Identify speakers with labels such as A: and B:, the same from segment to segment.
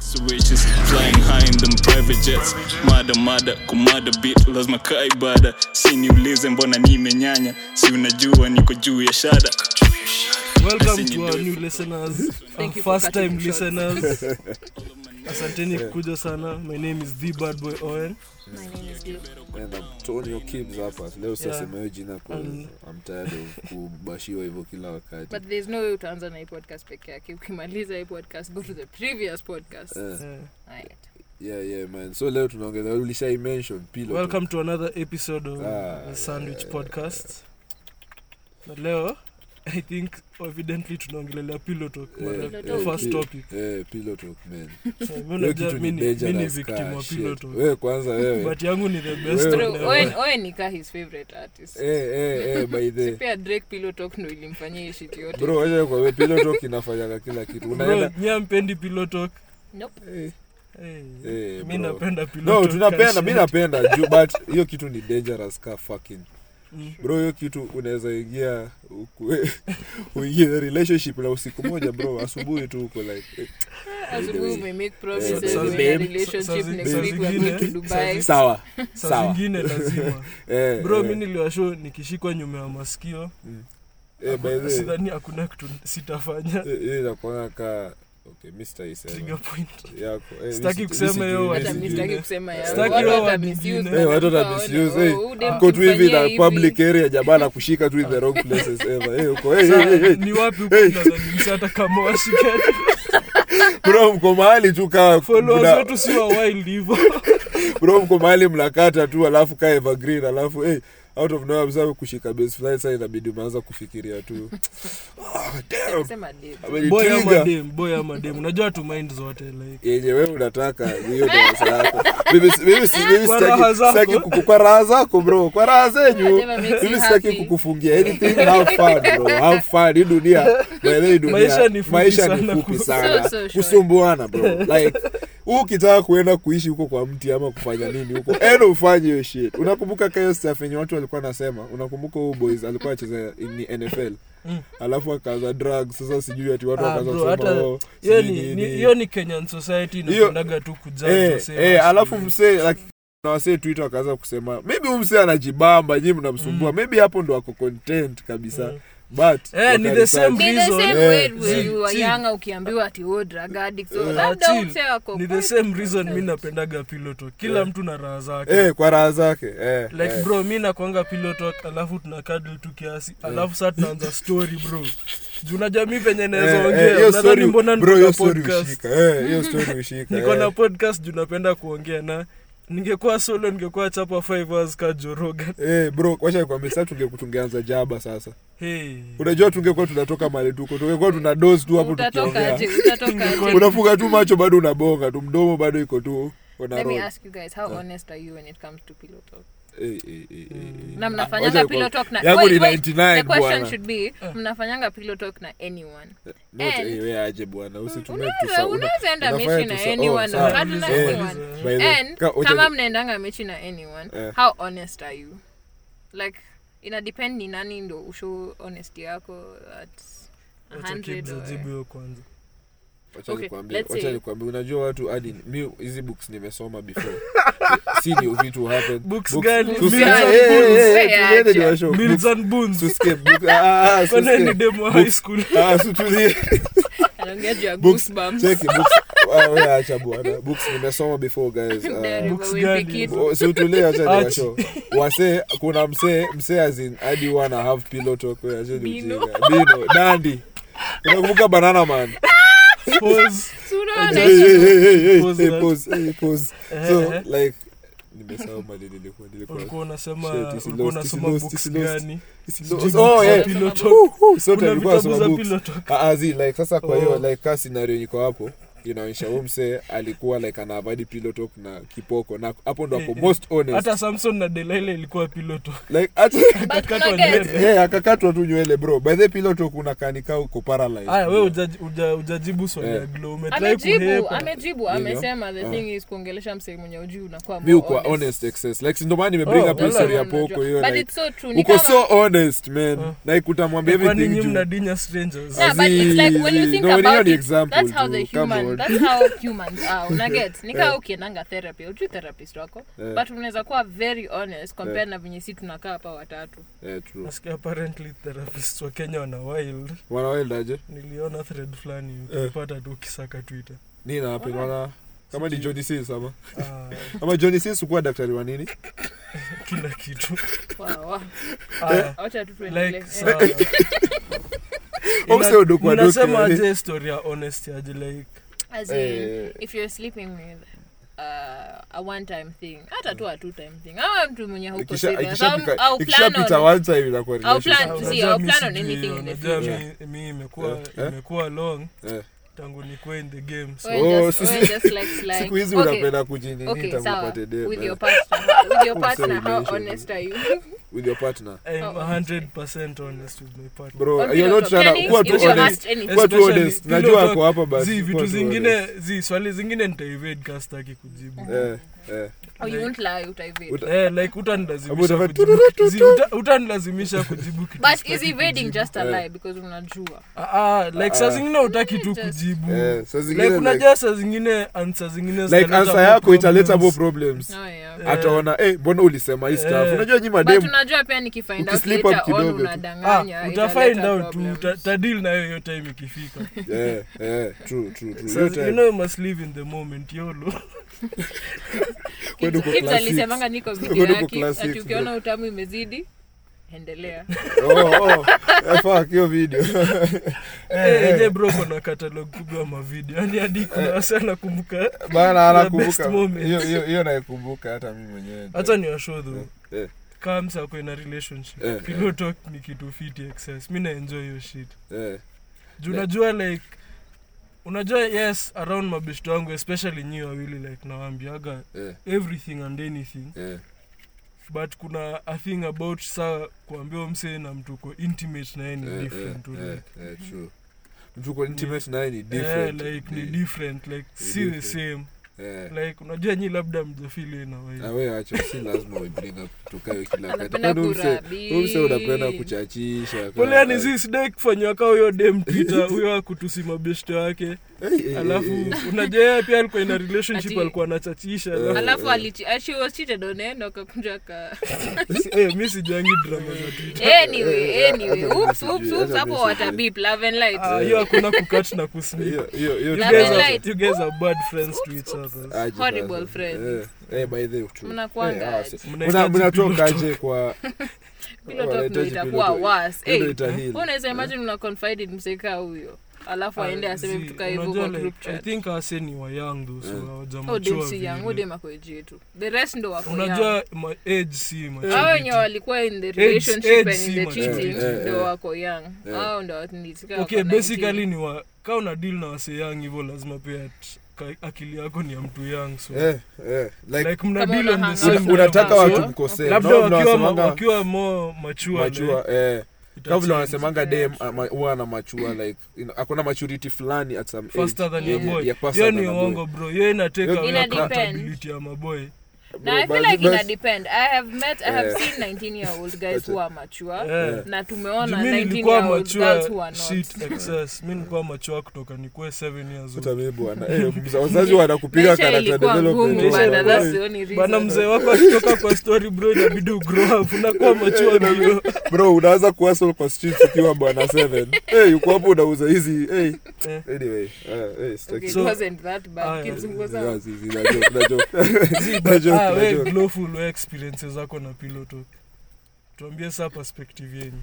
A: Switches flying high in them private jets mada mada kumada bit lazima kaa ibada si niulize mbona nimenyanya si unajua niko juu ya shada
B: welcome to our new listeners our
C: Thank you for
B: first
C: cutting
B: time
C: me short.
B: listeners asanteni kukuja sana my name is the bad boy owen
C: My name is Dee.
D: And I'm Antonio Kibbs hapa leo sitasema hiyo jina
B: Mm.
D: amtayari kubashiwa hivyo kila wakati
C: but there's no way utaanza na hii podcast peke yake ukimaliza hii podcast go to the previous podcast
D: Eh,
B: Eh,
C: Alright.
D: yeah, yeah, man so leo tunaongeza ulishai mention pillow
B: welcome to another episode of
D: Ah,
B: the sandwich podcast na leo i think evidently tunaongelelea pillow talk mara-
D: Eh,
C: Pillow
D: eh,
B: first
D: pi-
B: topic
D: eh, pillow talk man
B: Eh, mi
D: hiyo
B: unajua
D: kitu
B: mi
D: ni
B: ni mi ni
D: dangerous
B: victim
D: car,
B: wa pillow
D: shit
B: talk
D: wewe kwanza wewe
B: but yangu ni the best
D: Wewe-
B: one
C: True,
B: ever.
C: Owen- Owen ni kaa his favorite artist
D: eh eh eh by the
C: pia drake pillow talk ndo ilimfanyia hii shit yote
D: bro acha kwa wewe pillow talk inafanyanga kila kitu
B: Bro,
D: unaenda
B: nyie ampendi pillow talk
C: Nope.
D: eh,
B: Eh,
D: eh,
B: mi
D: bro.
B: napenda pillow
D: no
B: talk,
D: tunapenda mi
B: shit.
D: napenda juu but hiyo kitu ni dangerous ka fucking
B: Mm.
D: bro hiyo kitu unaweza ingia ukue- uingie in a relationship na usiku moja bro asubuhi tu uko like eh,
C: asubuhi umemake promises
D: Eh,
C: we're in
D: babe.
C: a relationship
B: Sa- sa-
C: next
D: sa-
C: week we're
B: zingine-
C: going to dubai
D: eh, sawa
B: saa
D: Sawa.
B: zingine lazima
D: eh,
B: bro
D: eh,
B: mi niliwasho nikishikwa nyuma ya maskio
D: eh, by the-
B: sidhani hakuna kitu sitafanya
D: eh, hiyo inakuanga ka okay mi sitaisema.
B: trigger point
D: yako eh, mi
B: Sitaki
D: siti- mi
B: kusema
D: siti-
B: hiyo
D: mi
B: watu
C: hata
D: siti-
C: mi
B: Zingine.
C: sitaki kusema ya-
B: Sitaki
C: watu
B: hao
C: wata
B: wengine.
C: misuse,
D: Eh, watu wata
C: wataona,
D: misuse, eh.
C: oh, huyu dem
D: Uko tu hivi
C: akimfanyia
D: na
C: hivi.
D: public area jamaa anakushika tu in the wrong places ever eh, uko eh,
B: Sa-
D: eh, eh, eh.
B: ni wapi hukunadhanimsi hata kama washikati
D: bro mko mahali tu kaa
B: followers
D: mna-
B: wetu si wa wild hivo
D: bro mko mahali mnakata tu alafu kaa evergreen alafu eh, out of nowhere msame kushika base fly sasa inabidi umeanza kufikiria tu Ah, damn,
C: Sema date.
B: boy ama
D: amenitrigger.
B: dem boy ama dem unajua tu mind zote like
D: yenye wewe unataka ni hiyo darasa yako Mimi si- mimi si- mimi
B: Kwa raha
D: sitaki- sitaki
B: zako.
D: kuku- kwa raha zako bro kwa raha zenyu
C: Whatever makes you
D: mimi sitaki
C: happy.
D: kukufungia anything have fun bro have fun hii dunia by the way, hii dunia
B: Maisha ni fupi
D: maisha ni
B: sana
D: fupi
B: ku-
D: sana
C: So, so short.
D: kusumbuana bro like huu ukitaka kuenda kuishi huko kwa mti ama kufanya nini huko enda ufanye hiyo shit unakumbuka kayo staff yenye watu walikuwa nasema unakumbuka huu boys alikuwa acheza ni nfl alafu akaanza drug sasa sijui ati watu
B: Mm. Ah,
D: wakaanza
B: bro,
D: kusema
B: hata-
D: oh,
B: hiyo
D: sijui
B: ni-
D: nini.
B: ni- hiyo ni kenyan society
D: Hiyo-
B: inapendaga tu
D: Eh,
B: kujaasema
D: eh, alafu msee like, na wasee twitter wakaanza kusema maybe huyu msee anajibamba nyii
B: Mm.
D: mnamsumbua maybe hapo ndo ako content kabisa but
B: Eh, ni the
D: wakaresearch.
B: same
C: Ni the
B: reason.
C: same
D: Eh,
C: way when
B: chill,
C: you were
B: chill.
C: young, ukiambiwa ati wewe drug addict, so
B: Eh,
C: labda
B: chill.
C: umse wako
B: ni the
C: kweli.
B: same reason mi napendaga piloto kila
D: Yeah.
B: mtu na raha zake
D: eh, kwa raha zake eh,
B: like
D: eh.
B: bro mi nakwanga pilotok alafu tuna kadl tu kiasi alafu saa tunaanza story bro junajua mi venye
D: Eh, eh,
B: naweza
D: hiyo
B: ongea nadhani
D: story-
B: mbona
D: bro, hiyo
B: niko na
D: story
B: podcast
D: ushika, eh, hiyo story ushika,
B: niko
D: eh.
B: na podcast juu napenda kuongea na ningekuwa solo ningekuwa chapa 5 hours ka joroga
D: Eh, bro wacha nikwambie, sasa tunge- tungeanza jaba sasa
B: hey.
D: unajua tungekuwa tunatoka mali tuko tungekuwa tuna dose tu hapo
C: Utatoka
D: tukiongea
C: aje, utatoka aje.
D: unafunga tu macho bado unabonga tu mdomo bado iko tu una
C: Let me
D: roll.
C: ask you guys, how honest are you when it comes to pillow talk?
D: Eh, eh, eh, eh, eh.
C: Na
D: Wacha
C: mnafanyanga
D: nikwambie,
C: pillow talk na
D: yangu
C: Wait,
D: ni
C: wait. The
D: 99
C: question
D: bwana.
C: should be,
B: Eh.
C: mnafanyanga pillow talk na anyone?
D: Not
C: And-
D: eh, we aje bwana usitumie
C: Unaweza-
D: tusa- una-
C: unaweza enda
D: unafanya
C: mechi na
D: tusa-
C: anyone,
D: oh, sawa.
C: hata na
D: Eh,
C: anyone.
D: by the-
C: and
D: Ka- wacha
C: kama
D: ni-
C: mnaendanga mechi na anyone
D: Eh.
C: how honest are you like ina depend ni nani ndo usho honesty yako at a
B: Wacha
C: hundred
B: Kibz
C: or-
B: ajibu hiyo kwanza
D: wacha
C: okay,
D: nikwambie-
C: let's
D: wacha
C: say-
D: nikwambie, unajua watu hadi mi hizi books nimesoma before si ni vitu happen
B: Books
D: Books-
B: gani?
D: Tusi-
B: Mills and
D: Eh, eh, eh,
B: Boons.
D: eh,
C: Wewe
D: tuliende
C: acha.
D: ni washow.
B: Mills
D: Books-
B: and Boons.
D: tusikie book- ah, ah, ah,
B: Kona
D: tusikie.
B: ni demo wa high school
D: Ah, si tulie.
C: Anaongea juu ya
D: Books-
C: goosebumps.
D: cheki, books- ah, we acha bwana books nimesoma before guys ah.
C: Dari,
B: Books
C: wewe
B: gani?
C: pick it.
D: Bo- si utulie acha
B: Achi.
D: niwasho wasee kuna msee msee azin hadi wana have pillow talk wewe, acha ni
C: Bino.
D: ujinga. bino dandi unakumbuka banana man
B: Pause.
C: Si unaona
D: Hey, hey,
C: hiyo?
D: hey, hey, hey,
B: Pause
D: hey,
B: that.
D: pause, hey, pause. So,
B: Eh,
D: like, nimesahau mali nilikuwa- nilikuwa-
B: ulikuwa unasema
D: Shit, it's
B: ulikuwa
D: lost,
B: unasoma
D: it's lost,
B: books
D: it's lost.
B: gani
D: It's
B: Sijui
D: lost.
B: books
D: Oh,
B: za
D: yeah.
B: pillow talk.
D: Woo, woo, so
B: kuna
D: tulikuwa
B: vitabu
D: tunasoma
B: za
D: books.
B: pillow talk
D: Ah, ah, zi, like, sasa kwa hiyo
B: Oh.
D: like ka scenario niko hapo inaonyesha huyu msee alikuwa like anaavadi pillow talk na kipoko na hapo ndo ako
B: Eh, eh.
D: most honest
B: hata samson na delaila ilikuwa piloto
D: like hata
C: But
B: Katikati wa
C: una guess?
B: nywele.
D: Eh, akakatwa tu nywele bro by the pillow talk unakanika uko paralyzed
B: aya we ujaji- uja- ujajibu swali ya
D: Eh.
B: glo umetrai
C: amejibu
B: kuhepa
C: amejibu
D: Ndio.
C: amesema the
D: Ah.
C: thing is kuongelesha msee mwenye ujui unakuwa
D: mi
C: more
D: ukwa
C: honest.
D: honest excess like ndio maana nimebring
B: Oh,
D: up hiyo
B: wala.
D: story ya
C: Unajua.
D: poko hiyo
C: But
D: like,
C: it's so true, ni
D: uko
C: kama-
D: so honest man
B: Ah.
D: like utamwambia
B: kwani
D: everything
B: nyi
D: juu
B: mnadinya strangers
C: Yeah, but it's like when you
D: Azizi.
C: think
D: No, when
C: about
D: hiyo ni
C: it,
D: example
C: that's how
D: tu,
C: the
D: kama
C: human that's how humans are unaget nikaa ukiendanga therapy ujui therapist wako
D: Eh.
C: but unaweza kuwa very honest compared na venye si tunakaa hapa watatu
D: Eh, true.
B: nasikia apparently therapists wa kenya wana wild
D: wanawaendaje
B: niliona thread fulani
D: Eh.
B: ukipata tu ukisaka twitter
D: nini happen? wana kama ni Johnny Sins ama
B: Ah,
D: ama Johnny Sins hukuwa daktari wa nini
B: kila kitu
C: Wow, wow.
D: Eh.
B: Aya,
C: Wacha tu tuendelee.
B: like
C: Eh.
B: sawa.
D: Au msee udoku wa
B: Ina-
D: doku,
B: inasema
D: yani.
B: aje story ya honesty aje like
C: As
D: Eh.
C: in, if you're sleeping with uh, a one time thing hata tu a two time thing ama mtu mwenye hauko
D: Ikisha-
C: serious
D: ikishapika-
C: au au plan
D: ikishapita
C: on
D: one time inakuwa
C: Ah, Au plan-
D: relationship.
C: Unajua
B: See,
C: mi
B: I'll plan on
C: sijui,
B: anything in the
C: unajua
D: mi-
B: future.
D: Eh, eh.
B: imekuwa long
D: Eh.
B: tangu nikuwe in the game so
C: We're
D: Oh,
C: just-
D: sisi-
C: we're just like slang.
D: siku hizi
C: Okay,
D: unapenda kujinini
C: okay,
D: tangu
C: sawa.
D: upate dem,
C: With
D: eh.
C: your partner. With your
D: Who
C: partner,
D: said
C: how
D: relationship?
C: honest are you?
D: with your partner
B: I'm
C: Oh.
B: 100% honest with my partner.
D: bro
C: On
D: you're
C: pillow talk.
D: not trying
C: Yaani,
D: to kuwa
C: if
D: tu
C: you
D: honest
C: asked anything.
D: kuwa tu
B: Especially
D: honest
B: pillow
D: najua
B: talk.
D: ako hapa basi
B: zi vitu
D: kuwa tu
B: zingine
D: honest.
B: zi swali zingine nitaevade ka staki kujibu
D: eh eh
C: Or Oh, you won't lie, utaevade.
D: Uta-
B: Eh, like
D: Abu,
B: utanilazimisha
D: utafanya
B: kujibu
D: tururu,
B: zi, uta- utanilazimisha kujibu kitu
C: But
B: sitaki
C: is evading
B: kujibu.
C: just a
D: Eh.
C: lie because unajua
B: Ah, ah, like saa
D: Ah.
B: zingine utaki tu
C: Just-
B: kujibu
D: eh saa
B: like
D: zingine like-
B: unajua saa zingine ansa zingine
D: like
B: zitaleta
D: answer
B: more
D: yako italeta more
B: problems.
D: problems
C: No, yeah.
B: Eh.
D: ataona eh mbona ulisema hii stuff
B: Eh.
D: unajua nyi
C: but
D: madem
C: unajua pia nikifind out
D: Ukislip up
C: later on
D: kidogo tu.
B: Ah,
C: unadanganya
B: utafind
C: italeta
B: out tu
C: problems.
B: uta- tadil nayo hiyo time ikifika
D: eh eh true true true
B: Sasa,
D: Hiyo
B: you
D: time-
B: know you must live in the moment yolo
D: Kwani
C: Kids-
D: uko
C: kids
D: class
C: alisemanga niko video
D: Kwani uko
C: yake
D: class
C: ati
D: six,
C: ukiona utamu imezidi endelea
D: oh oh Eh, fuck hiyo video
B: Eh, enye bro kona katalog kubwa ya mavideo yani hadi kuna wasa nakumbuka
D: bana
B: best
D: anakumbuka
B: moment.
D: hiyo hiyo hiyo naikumbuka hata mimi mwenyewe
B: hata ni washodhu
D: Eh.
B: kaa msako ina relationship
D: Eh,
B: pillow talk ni kitu fiti excess mi naenjoy hiyo shit
D: eh
B: juu unajua like unajua yes around mabeshto wangu especially nyi wawili like nawaambiaga
D: eh
B: everything and anything
D: eh
B: but kuna a thing about saa kuambia msee na mtu uko intimate na yeye ni
D: eh,
B: different to
D: eh,
B: like
D: eh, true mtu uko intimate naye ni different
B: Yeah, Eh, like ni
D: Ni-
B: different like
D: Ni
B: si the
D: different.
B: same
D: eh
B: like unajua nyi labda mjafili na wewe.
D: Ah, we acha si lazima we bring up tukayo kila wakati
C: Anapenda
D: Kwani umse-
C: kurabi.
D: umse unapenda kuchachisha
B: pole
D: Eh, kama-
B: yani si sidai kufanywa ka huyo dem twitter huyo akutusi mabeshte wake
D: Eh, eh, eh,
B: alafu
D: eh,
B: unajua yeye pia alikuwa ina relationship
C: Ati-
B: alikuwa anachachisha
D: Eh.
B: alafu-
C: alafu alichi- uh, she was cheated on eh, ndo akakuja ka
B: Eh, mi sijangi drama za twitter
C: anyway anyway
D: hata
C: oops
D: mimi
C: oops
D: sijui,
C: oops
D: hata
C: hapo
D: mimi
C: watabip love and light
B: Ah, hiyo hakuna kukat na
D: hiyo-
B: kusnip
D: hiyo- hiyo
B: you
D: tu-
C: Love
B: guys
C: and
B: are,
C: light.
B: you guys are bad friends to each other
D: Aje
C: Horrible
D: sasa.
C: friends.
D: Eh, eh, by the way, true.
C: Mnakuanga
D: Eh, ah,
C: aje.
D: si-
B: Mnahitaji
D: mna- mnatoka
B: pillow talk.
D: aje kwa
C: Pillow talk ndo
D: wanahitaji
C: itakuwa
D: pillow talk.
C: worse.
D: Hiyo ndo
C: Eh,
D: itaheal.
C: wewe unaweza imagine una confide in mseka huyo alafu
B: Ah,
C: aende aseme mtu kaa hivyo kwa group chat
B: think ase ni wayangu so
D: Eh.
C: Oh, dem si
B: hawajamachua
C: young, oh, dem ako age yetu the rest ndo wako young
B: unajua my age si
C: hao
B: maturity.
C: wenye walikuwa in the
B: Age- age
C: relationship and
B: si
C: in the
B: maturity.
C: cheating
D: Eh, eh,
C: ndo
D: eh.
C: wako young
D: Eh.
C: hao ndo wanitika
B: okay basically ni wa ka una deal na wase yang hivyo lazima pia t- ka- akili yako ni ya mtu yang so
D: eh, eh, like,
B: like mna
C: Kama
B: deal on the
C: unahang
B: same
D: una-
C: out.
B: level.
D: unataka
B: So,
D: watu mkosee
B: labda
D: Nao
B: wakiwa
D: mnawasemanga
B: wakiwa more mature,
D: machua
B: like,
D: eh,
B: ita
D: kama vile
B: change.
D: wanasemanga dem ama- huwa na machua like you know, akona maturity fulani at some age.
B: faster than your
D: Yeah,
B: boy
D: yeah, faster
B: hiyo
D: than
B: ni
D: a boy.
B: uongo bro hiyo inateka
D: Ina
B: away
C: depend.
B: accountability ya maboy
C: na i
D: Bro,
C: feel
D: but-
C: like ina
D: but-
C: depend i have met i have
D: Eh.
C: seen 19 year old guys
D: Acha.
C: who are mature
B: Eh.
C: na tumeona
B: Juu mi
C: 19
B: nilikuwa
C: year old girls who
B: machua
C: are not
B: shit excess mi nilikuwa machua kutoka nikuwe 7 years old
D: Hata mimi bwana, eh, mza- wazazi wanakupiga
C: Maisha
D: character
C: ilikuwa
D: development,
C: ngumu
D: bwana.
C: bana, that's the only
B: bana
C: reason.
B: mzee wako akitoka kwa story bro inabidi ugrow up unakuwa machua bro
D: bro unaanza kuhustle kwa streets ukiwa bwana 7 hey, uko hapo unauza hizi hey.
B: Eh.
D: anyway uh, hey,
C: Okay,
D: sitaki
C: it
B: So-
C: wasn't that
B: Aya.
C: bad. Kids who
D: Yeah,
C: was
D: zi- zi- na joke, na joke. Na joke,
B: Ah,
D: na
B: we
D: joke.
B: glowful we experiences zako na pillow talk tuambie saa perspective yenyu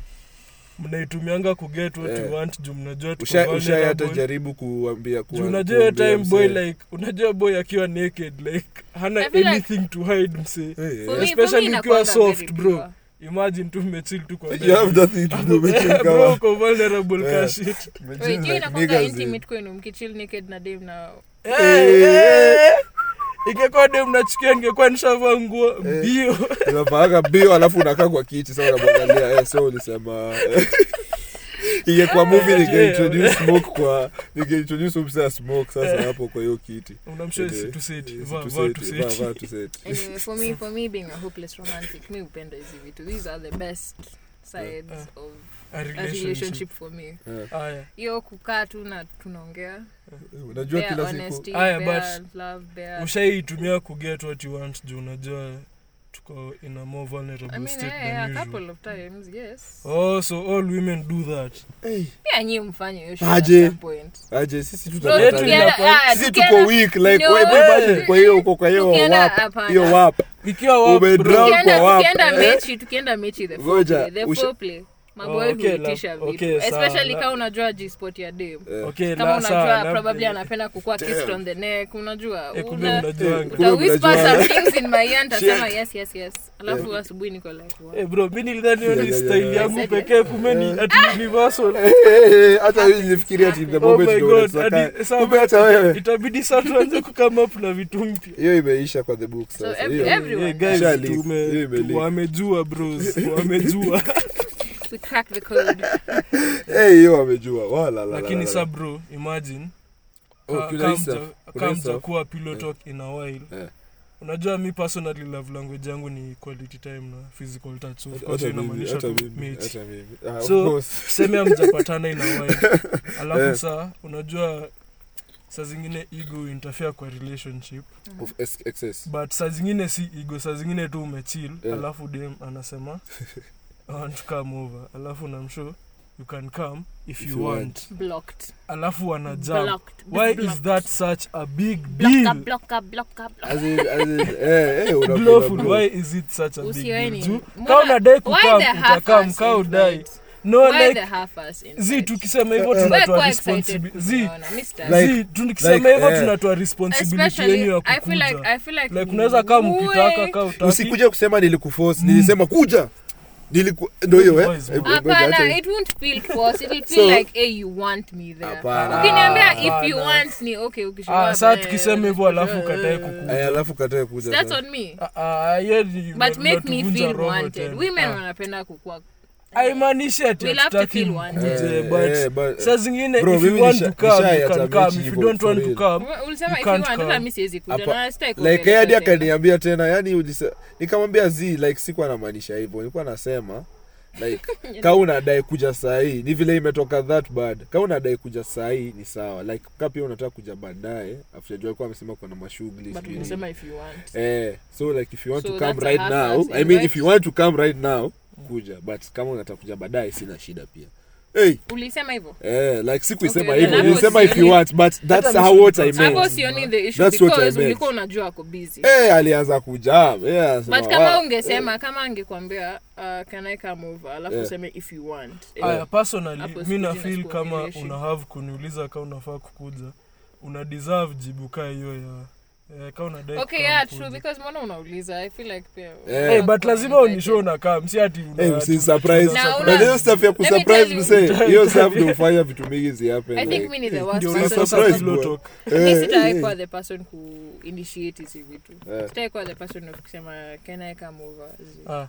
B: mnaitumianga kuget what
D: Eh.
B: you want juu mnajua tuko
D: Usha- ushai hata
B: vulnerable.
D: jaribu kuambia
B: Juu
D: kuwa-
B: unajua hiyo
D: kuambia
B: time boy
D: msee.
B: like unajua boy akiwa naked like hana
C: I feel like-
B: anything to hide msee
D: Hey, hey.
C: For me- for
B: Especially
C: me
B: ukiwa
C: inakuwanga
B: soft,
C: very
B: bro.
C: pure.
B: imagine tu mmechill tu kwa
D: You have nothing to do,
B: bed.
D: umechinga
B: bro
D: wa-
B: uko vulnerable ka
D: Eh.
B: shit
D: umechinga
C: Wait, hiyo inakuwanga
D: niggas eh. in.
C: intimate kwenu mkichill naked na dem na
B: Eh, eh. ingekuwa dem nachukia ningekuwa nishavaa nguo
D: Eh.
B: mbio
D: Unavaanga bio alafu unakaa kwa kiti sasa unamwangalia eh, so ulisema eh. ingekuwa movie ningeintroduce smoke kwa ningeintroduce umsa smoke sasa hapo kwa hiyo kiti
B: unamshow
D: Eh,
B: situseti
D: eh,
B: Eh. vaa
D: tu
B: vaa
D: seti, vaa,
B: tuseti
D: vaa tu seti.
C: anyway for
B: Uh,
C: me for me being a hopeless romantic mi upenda hizi vitu these are the best sides of
B: a
C: a relationship for me
D: Eh,
B: Aya.
C: hiyo kukaa tu na tunaongea
D: unajua
C: Bear
D: kila siku
C: honesty,
B: Aya,
C: bear love, bear-
B: ushaiitumia kuget what you want juu unajua tuko in a more vulnerable
C: I mean,
B: state
C: eh, a
B: than usual
C: couple of times, yes.
B: oh so all women do that
D: hey,
C: Pia nyinyi mfanye hiyo shit
D: Aje.
C: at some point.
D: aje sisi
C: No,
B: Yetu
D: tutapata
C: tukienda-
B: inafaa-
C: ah,
D: sisi tuko
C: tukienda-
D: weak like
C: No.
D: wewe imagine kwa hiyo uko kwa hiyo
C: Tukienda-
D: wap
C: hapana.
D: hiyo wap
B: ikiwa wao bro-
D: Umedrown.
C: Tukienda-
D: kwa wapi?
C: tukienda
D: Eh?
C: mechi tukienda mechi the
D: Ngoja,
C: foreplay, the
D: usha-
C: foreplay.
B: Oh,
C: maboy
B: okay,
C: huitisha
B: la-
C: vitu
B: okay, sawa,
C: especially
B: la-
C: kama unajua jispot ya dem
D: eh.
B: okay
C: kama
B: la sawa
C: unajua
B: labda-
C: probably anapenda kukua kissed on the neck unajua
B: Eh, kumbe
C: una-
B: mnajuanga.
D: Kumbe
C: uta whisper
D: mnajuana.
C: some things in my ear nitasema yes yes yes alafu asubuhi niko like what?
B: Eh, bro mi nilidhani hiyo ni
D: Yeah, yeah,
B: style
D: yeah.
B: yangu pekee kumeni ati universal
D: Eh, eh, eh, hata mimi nilifikiria ati the
B: oh
D: moment
B: my
D: ndio
B: god
D: unataka-
B: hadi saa-
D: kumbe hata wewe
B: itabidi saa tuanze kukama up na vitu mpya
D: hiyo imeisha kwa the book
C: so
D: sasa
C: every,
D: hiyo
C: everyone
B: Eh, guys,
D: Shali,
B: tume-
D: hiyo imelia.
B: tu- wamejua bros wamejua
C: we crack the code
D: Eh, hiyo wamejua wala la, la, la,
B: lakini uh,
D: la.
B: sa bro imagine
D: Oh,
B: ka-
D: kuna
B: ka
D: hii stuff,
B: mja-
D: kuna
B: ka
D: hii
B: mja
D: stuff.
B: kuwa pillow talk in a while
D: Eh.
B: unajua mi personally love language yangu ni quality time na physical touch so of course
D: hata mimi
B: inamaanisha
D: hata
B: tu
D: mimi
B: mate
D: hata mimi Ah, of
B: So-
D: course.
B: tuseme amjapatana in a while alafu saa unajua saa zingine ego interfere kwa relationship
D: of ex- excess
B: but saa zingine si ego saa zingine tu umechill
D: Yeah.
B: alafu dem anasema I want to come over alafu namsho you can come if,
D: If
B: you,
D: you
B: want.
D: want.
C: blocked
B: alafu wanajam
C: blocked
B: why
C: blocked.
B: is that such a big
C: Blocker,
B: deal
C: blocker, blocker, blocker.
D: As in- as in, eh, eh, una- una
B: blowful
D: blow.
B: why is it such a big
C: Usiweni.
B: deal juu
C: Mbona-
B: ka unadai
C: Why
B: kukam
C: the half
B: utakam
C: ass
B: ka
C: in
B: udai
C: fact?
B: no
C: Why
B: like
C: the half ass in
B: zi
C: fact?
B: tukisema hivyo
C: We're
B: tunatoa
C: quite excited
B: responsibility zi
C: kunaona, Mr.
D: Like-
B: zi tukisema
D: like,
B: hivyo
D: eh.
B: tunatoa responsibility
C: Especially,
B: yenu ya
C: I feel like-
B: kukuja
C: I feel like
B: like unaweza kaa
C: we-
B: mkitaka ka utaki
D: usikuje kusema nilikuforce
B: Mm.
D: nilisema kuja Niliku- ndo hiyo eh?
B: Boys,
D: Eh,
B: boys.
D: ngoja,
C: Hapana,
D: acha hii.
C: it won't feel forced. It'll
D: So-
C: feel like, hey, you want me there.
D: Hapana.
C: Ukiniambia if you
B: Hapana.
C: want ni okay, ukisema
B: Ah, saa
C: hapana,
B: tukisema hivyo alafu ukatae kukuja
D: Eh, alafu katae kuja
C: That's
D: sasa.
C: on me.
B: Ah, ah, hiyo ni-
C: But make me
B: unatuvunja
C: feel
B: roho
C: wanted.
B: tena.
C: Women
B: Ah.
C: wanapenda kukua- Eh,
B: haimaanishi ati
C: We'll have to
B: hatutaki
C: feel wanted.
B: mkuje,
D: Eh, eh,
B: but
D: but-
B: saa zingine
D: Bro,
B: if you
D: mimi
B: want
D: nisha-
B: to come, you
D: nishayatamich
B: can come. If you
D: hivyo,
B: don't want
D: for
B: to
D: real.
B: come,
C: Ulisema
B: You
C: if you
B: can't
C: want,
B: come.
C: hata mi siwezi kuja,
D: Hapa-
C: na sitaki
D: like yeye hadi
C: kuongelesha tena.
D: akaniambia tena yani ulise- nikamwambia z like sikuwa namaanisha hivyo nilikuwa nasema like ka unadai kuja sahii ni vile imetoka that bad ka unadai kuja sahii ni sawa like ka pia unataka kuja baadaye afujajua alikuwa amesema kuna mashughuli
C: But
D: sijui
C: ulisema
D: nini.
C: if you want.
D: eh, so like if you want
C: So
D: to come
C: that's Mm. a
D: right
C: half
D: now
C: ass
D: i mean if
C: invite.
D: you want to come right now kuja but kama unataka kuja baadaye sina shida pia hey,
C: ulisema hivyo
D: eh, like sikuisema
C: Okay,
D: hivyo
C: then
D: nilisema
C: hapo
D: if you
C: si-
D: want but that's
B: Hata
D: how
B: mimi
D: what i
B: sikuwa-
D: meant
C: hapo sioni the issue
D: That's what I
C: because
D: meant.
C: ulikuwa unajua ako busy
D: Eh, alianza eh, kuja
C: but kama
D: eh.
C: ungesema kama angekuambia uh, can i come over alafu
D: Yeah.
C: useme if you want Eh,
B: aya personally
C: Hapo
B: mi
C: sikuji na
B: nafil
C: siku
B: kama
C: issue.
B: una have kuniuliza ka unafaa kukuja una deserve jibu kaa hiyo ya eh, ka unadai
C: okay
B: kukaa
C: yeah
B: mkuja.
C: true because mbona unauliza i feel like pia
D: Eh,
B: Eh, but lazima unisho unakaa msi ati una-
C: Na una-
D: hiyo stuff ya
C: me tell
D: kusurprise
C: you.
D: msee hiyo stuff ndio hufanya vitu mingi zihappen,
C: i think
D: like,
C: mi ni the
B: ndio
C: worst
D: Surprise,
B: unasema
D: surprise,
C: person
B: slow
D: bro.
B: talk.
C: mi
D: eh,
C: sitawahi
D: eh,
C: kuwa the person ku initiate hizi vitu
D: Eh.
C: sitawahi kuwa the person of kusema can i come over Zi-
B: Ah,
D: ah,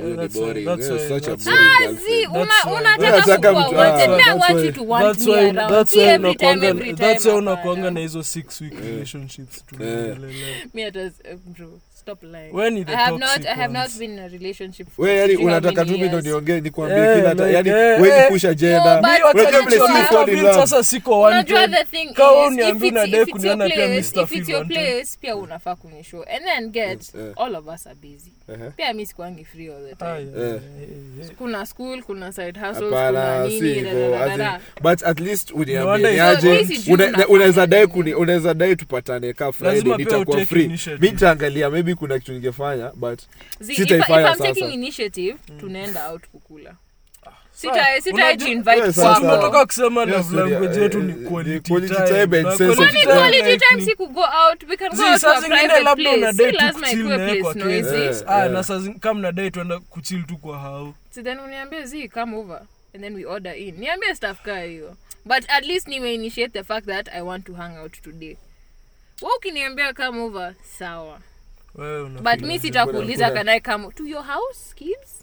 D: hiyo ni
B: That's
D: boring,
B: why- that's
D: hiyo
B: why-
D: such a
B: that's
D: boring
C: Zi,
D: girlfriend.
C: una-
B: That's why-
C: unataka
D: Unataka
C: kukuwa
D: mtu-
C: wanted
D: ah,
C: mi i
D: that's
C: want
D: why-
C: you to want
B: that's
C: me
B: why-
C: around
B: that's
C: si
B: why
C: every time
B: unakuanga-
C: every
B: that's why
C: time
B: unakuanga na
C: hapana.
B: hizo six week relationships tu.
D: Eh.
C: mi hata eh, bro stop lying
B: When is the
C: i have not
B: toxic
C: i have not
B: ones?
C: been in a relationship for
D: we yani
C: sijui how
D: unataka
C: many
D: tu mi ndo
C: years.
D: niongee nikuambie
B: Eh,
D: kila ta
B: like,
D: yani
B: eh, eh.
D: wezi pusha
C: No,
D: jenda
C: but-
B: Mi wacha
D: Unajua vile
B: nichukue
D: sisi fall in
B: Afrin
D: love.
B: sasa siko
C: unajua
B: wanted.
C: the thing
B: Ka wewe
C: is, if
B: uniambi
C: it's-
B: unadai
C: if it's your
B: kuniona pia mi
C: place- if
B: sitafeel
C: it's your
B: wanted.
C: place, pia unafaa kunishow and then get
D: eh.
C: all of us are busy
D: Ehe.
C: pia mi sikuangi free all the
B: Aya,
C: time
D: Eh.
B: eh, eh.
C: kuna school kuna side hustles, kuna
D: hapana si
C: nini da, da,
D: hivyo
C: da,
D: as in-
C: da.
D: but at least
B: wonder if-
C: So,
D: uniambiaje
C: mi sijui unafanya
D: unaweza dai
C: nini.
D: kuni unaweza dai tupatane ka
B: Lazima
D: friday
B: pia
D: nitakuwa
B: utake
D: free
B: initiative.
D: mi nitaangalia maybe kuna kitu ningefanya but
C: Zi- if- if
D: Sitaifanya
C: I'm taking
D: sasa.
C: initiative, tunaenda out kukula
B: Hmm. Ah, Sawa.
C: Sita- sitaji
B: Unajua-
C: invite
D: Yes,
B: Sasa
D: Sawa.
C: kwako.
B: tunatoka kusema
D: Yes,
B: love
D: sorry,
B: language
D: eh,
B: yetu ni
D: eh,
B: quality
D: ni quality
B: time.
D: time and
B: Na
D: sensitive
B: quality
C: Kwani
D: Sasa-
B: time
C: quality
B: like
C: time
B: ni-
C: si ku go out, we can go
B: Zii,
C: out to
B: saa
C: a
B: zingine
C: private
B: labda
C: place.
B: unadai
C: Si
B: tu
C: lazima
B: kuchill
C: ikuwe
B: na yeye kwa
C: place noisy.
B: kesi
D: Eh,
B: Ah,
D: eh.
B: na saa zingine kama mnadai tuenda kuchill tu kwa hao
C: So then uniambie zi come over and then we order in niambie stuff kaa hiyo but at least nimeinitiate the fact that i want to hang out today wa ukiniambia come over sawa
B: wewe una
C: but mi sitakuuliza
D: kuna-
C: can i come to your house kids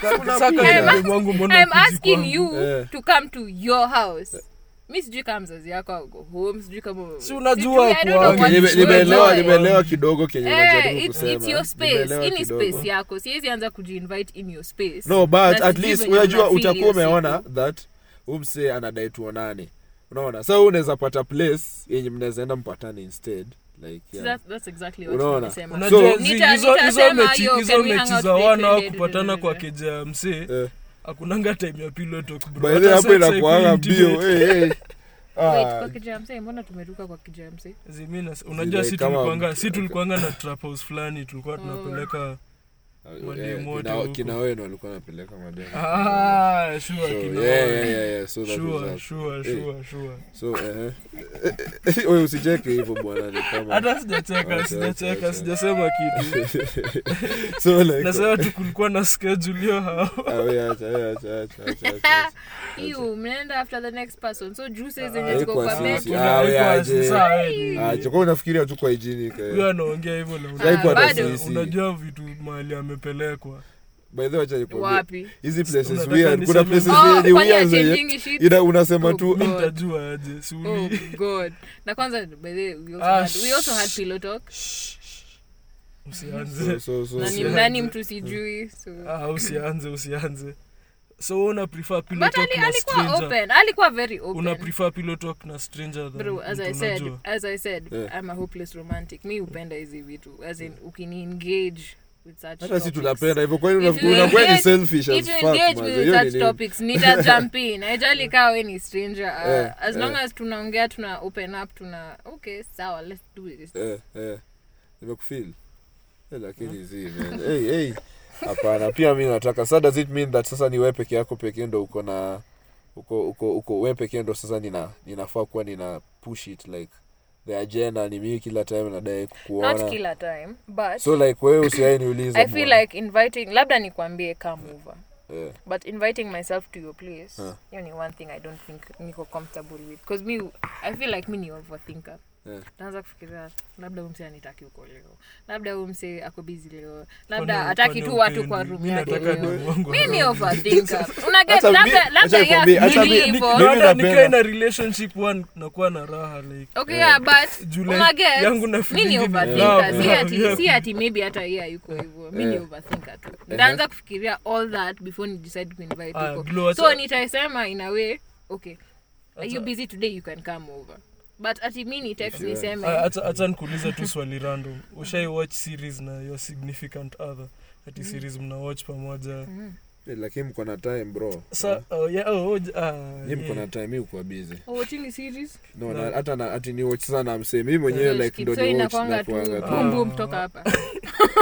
B: Saka
C: I'm
B: ulimwengu mbona
C: i'm
B: ukuji
C: asking
B: kwangu?
C: you
D: Eh.
C: to come to your house mi sijui kama mzazi yako ako home sijui kama
B: Si unajua
C: sijui, I don't know
B: kuwa-
C: what
B: Okay,
C: you
B: nime-
D: nimeelewa
C: enjoy.
D: nimeelewa kidogo kenye
C: Eh,
D: unajaribu
C: it's- it's your
D: kusema
C: space
D: Nimeelewa
C: hii ni
D: kidogo.
C: space yako siwezi anza kujiinvite in your space
D: no but
C: Na
D: at
C: sijui
D: least
C: venye
D: unajua
C: unafeel
D: utakuwa
C: hiyo siku.
D: umeona that umse anadai tuonane unaona sa so, unaweza pata place yenye mnawezaenda mpatane instead like yeah.
C: That- that's exactly what
D: Unaona.
C: nimesema.
B: unajua
D: So-
B: zi- hizo-
C: Nita-
B: hizo
C: nitasema
B: mechi-
C: yo,
B: hizo
C: can we
B: mechi
C: hang out
B: za wana au
C: today?
B: kupatana kwa
C: Dudududu.
B: keja ya msee
D: Eh.
B: akunanga time ya pilotok
D: By the way, hapo inakuanga mbio eh, eh. Ah,
C: Wait, kwa kijamsee mbona tumeruka kwa kijamsee
B: unajua si
D: Like kama-
B: tulikuanga si tulikuanga na trap house fulani
C: Oh.
B: tulikuwa tunapeleka
D: eh,
B: Mademu wote
D: kina-
B: huko.
D: kina wenu walikuwa napeleka mademu
B: Ah, sure,
D: So,
B: kina
D: yeah,
B: wao.
D: yeah, yeah, yeah, so that was
B: Sure,
D: that.
B: sure,
D: Eh.
B: sure, sure.
D: So, eh, eh. Wewe usicheke hivyo bwana ni kama
B: hata sijacheka
D: Okay, okay,
B: sijacheka sijasema kitu
D: so like
B: nasema tu kulikuwa na schedule hiyo hao
D: ah, we acha, we acha, acha, acha, acha.
C: Ew, mnaenda after the next person so juu saa zenye
D: Ah,
C: ziko
D: haikuwa
C: kwa
D: sisi.
C: bed
D: Ah, we aje.
B: Saa, we ni-
D: Ah, chukua unafikiria tu kwa hygienic, eh.
B: huyo anaongea hivyo na una-
D: Haikuwa na
C: Ah, bado.
D: sisi.
B: unajua vitu mahali amepelekwa
D: By the way, acha nikwambie.
C: wapi
D: hizi places
B: Unataka
D: weird kuna
B: niseme
D: places
B: nini?
C: Oh,
D: zenye
C: kwani
D: weird zenye
C: hachangingi shit?
D: ina unasema tu
C: Oh.
B: mi nitajua aje si
C: Oh,
B: uli-
C: God. na kwanza by the way, we also
B: Ah,
C: had- we also had pillow talk.
D: So,
B: usianze
D: so, so,
C: Na ni
D: so.
C: mnani mtu sijui so.
B: Ah, usianze usianze so wewe una prefer pillow
C: but
B: talk
C: ali-
B: na
C: alikuwa
B: stranger
C: open alikuwa very
B: una
C: open
B: prefer pillow talk na stranger than
C: Bro, as
B: mtu
C: I said,
B: unajua?
C: as I said,
D: Yeah.
C: I'm a hopeless romantic. Mi hupenda hizi vitu. As in, ukiniengage with such
D: hata si
C: topics.
D: tunapenda hivyo kwani
C: If you
D: unafikiri- unakuwa ni
C: engage-
D: selfish as
C: If you
D: fuck,
C: engage
D: man.
C: with
D: Hiyo ni
C: such
D: nini?
C: topics, nita jump in. Haijali kaa we ni stranger. Uh,
D: Eh,
C: as
D: eh.
C: long as tunaongea, tuna open up, tuna okay, sawa, let's do this.
D: Eh, eh. Nimekufeel. Eh, lakini zi, man. Hey, hey. hapana pia mi nataka sa does it mean that sasa ni we peke yako pekee ndo uko na uko uko uko we pekee ndo sasa nina ninafaa kuwa nina push it like the agenda ni mii kila time nadai
C: Not
D: kukuona
C: killer time, but
D: so like wewe usiai niuliza
C: I feel like inviting labda nikwambie come over
D: Yeah.
C: but inviting myself to your place
D: Eh.
C: hiyo ni one thing i don't think niko comfortable with because mi i feel like mi ni overthinker
D: Yeah.
C: naanza kufikiria labda umse anitaki huko leo labda umse ako bizi leo
B: Kwani-
C: labda ataki
B: kwani
C: tu watu
B: upendi?
C: kwa room
B: Mi
C: yake
B: nataka
C: leo.
B: ni uongo.
C: mi ni overthinker unaget
D: Acha mi-
C: labda
D: acha
C: labda yeye
D: nikwambie, acha
C: afikiri
D: mi-
C: hivyo.
D: mi-
B: Naona
D: napenda.
B: nikiwa in a relationship one nakuwa na raha like
C: okay yeah, but
B: Juu like,
C: unaget,
B: Eh, yangu na
C: mi ni
B: feeling
C: overthinker
B: ina-
C: si ati
B: Yeah.
C: si ati maybe hata yeye hayuko hivyo mi ni overthinker tu nitaanza kufikiria all that before ni decide kuinvite
B: Ah,
C: huko.
B: Glow,
C: so
B: acha-
C: nitasema in a way okay are you busy today you can come over but ati mi ni text niseme
B: Ah, hata hata nikuuliza tu swali random ushai watch series na your significant other
C: Mm.
B: ati series mna watch pamoja
D: Eh, lakini mko na time bro
C: Mm.
B: sa oh, yeah, oh, oh, ah,
D: Nyinyi mko na
B: yeah.
D: time mi uko busy
C: Oh, watching a series
D: no na- hata na ati ni watch sana msee mimi mwenyewe
C: Ndio
D: like
C: skip.
D: ndo
C: Eh, so
D: ni watch
C: inakwanga
D: na
C: tu
D: kuanga tu
C: boom boom toka hapa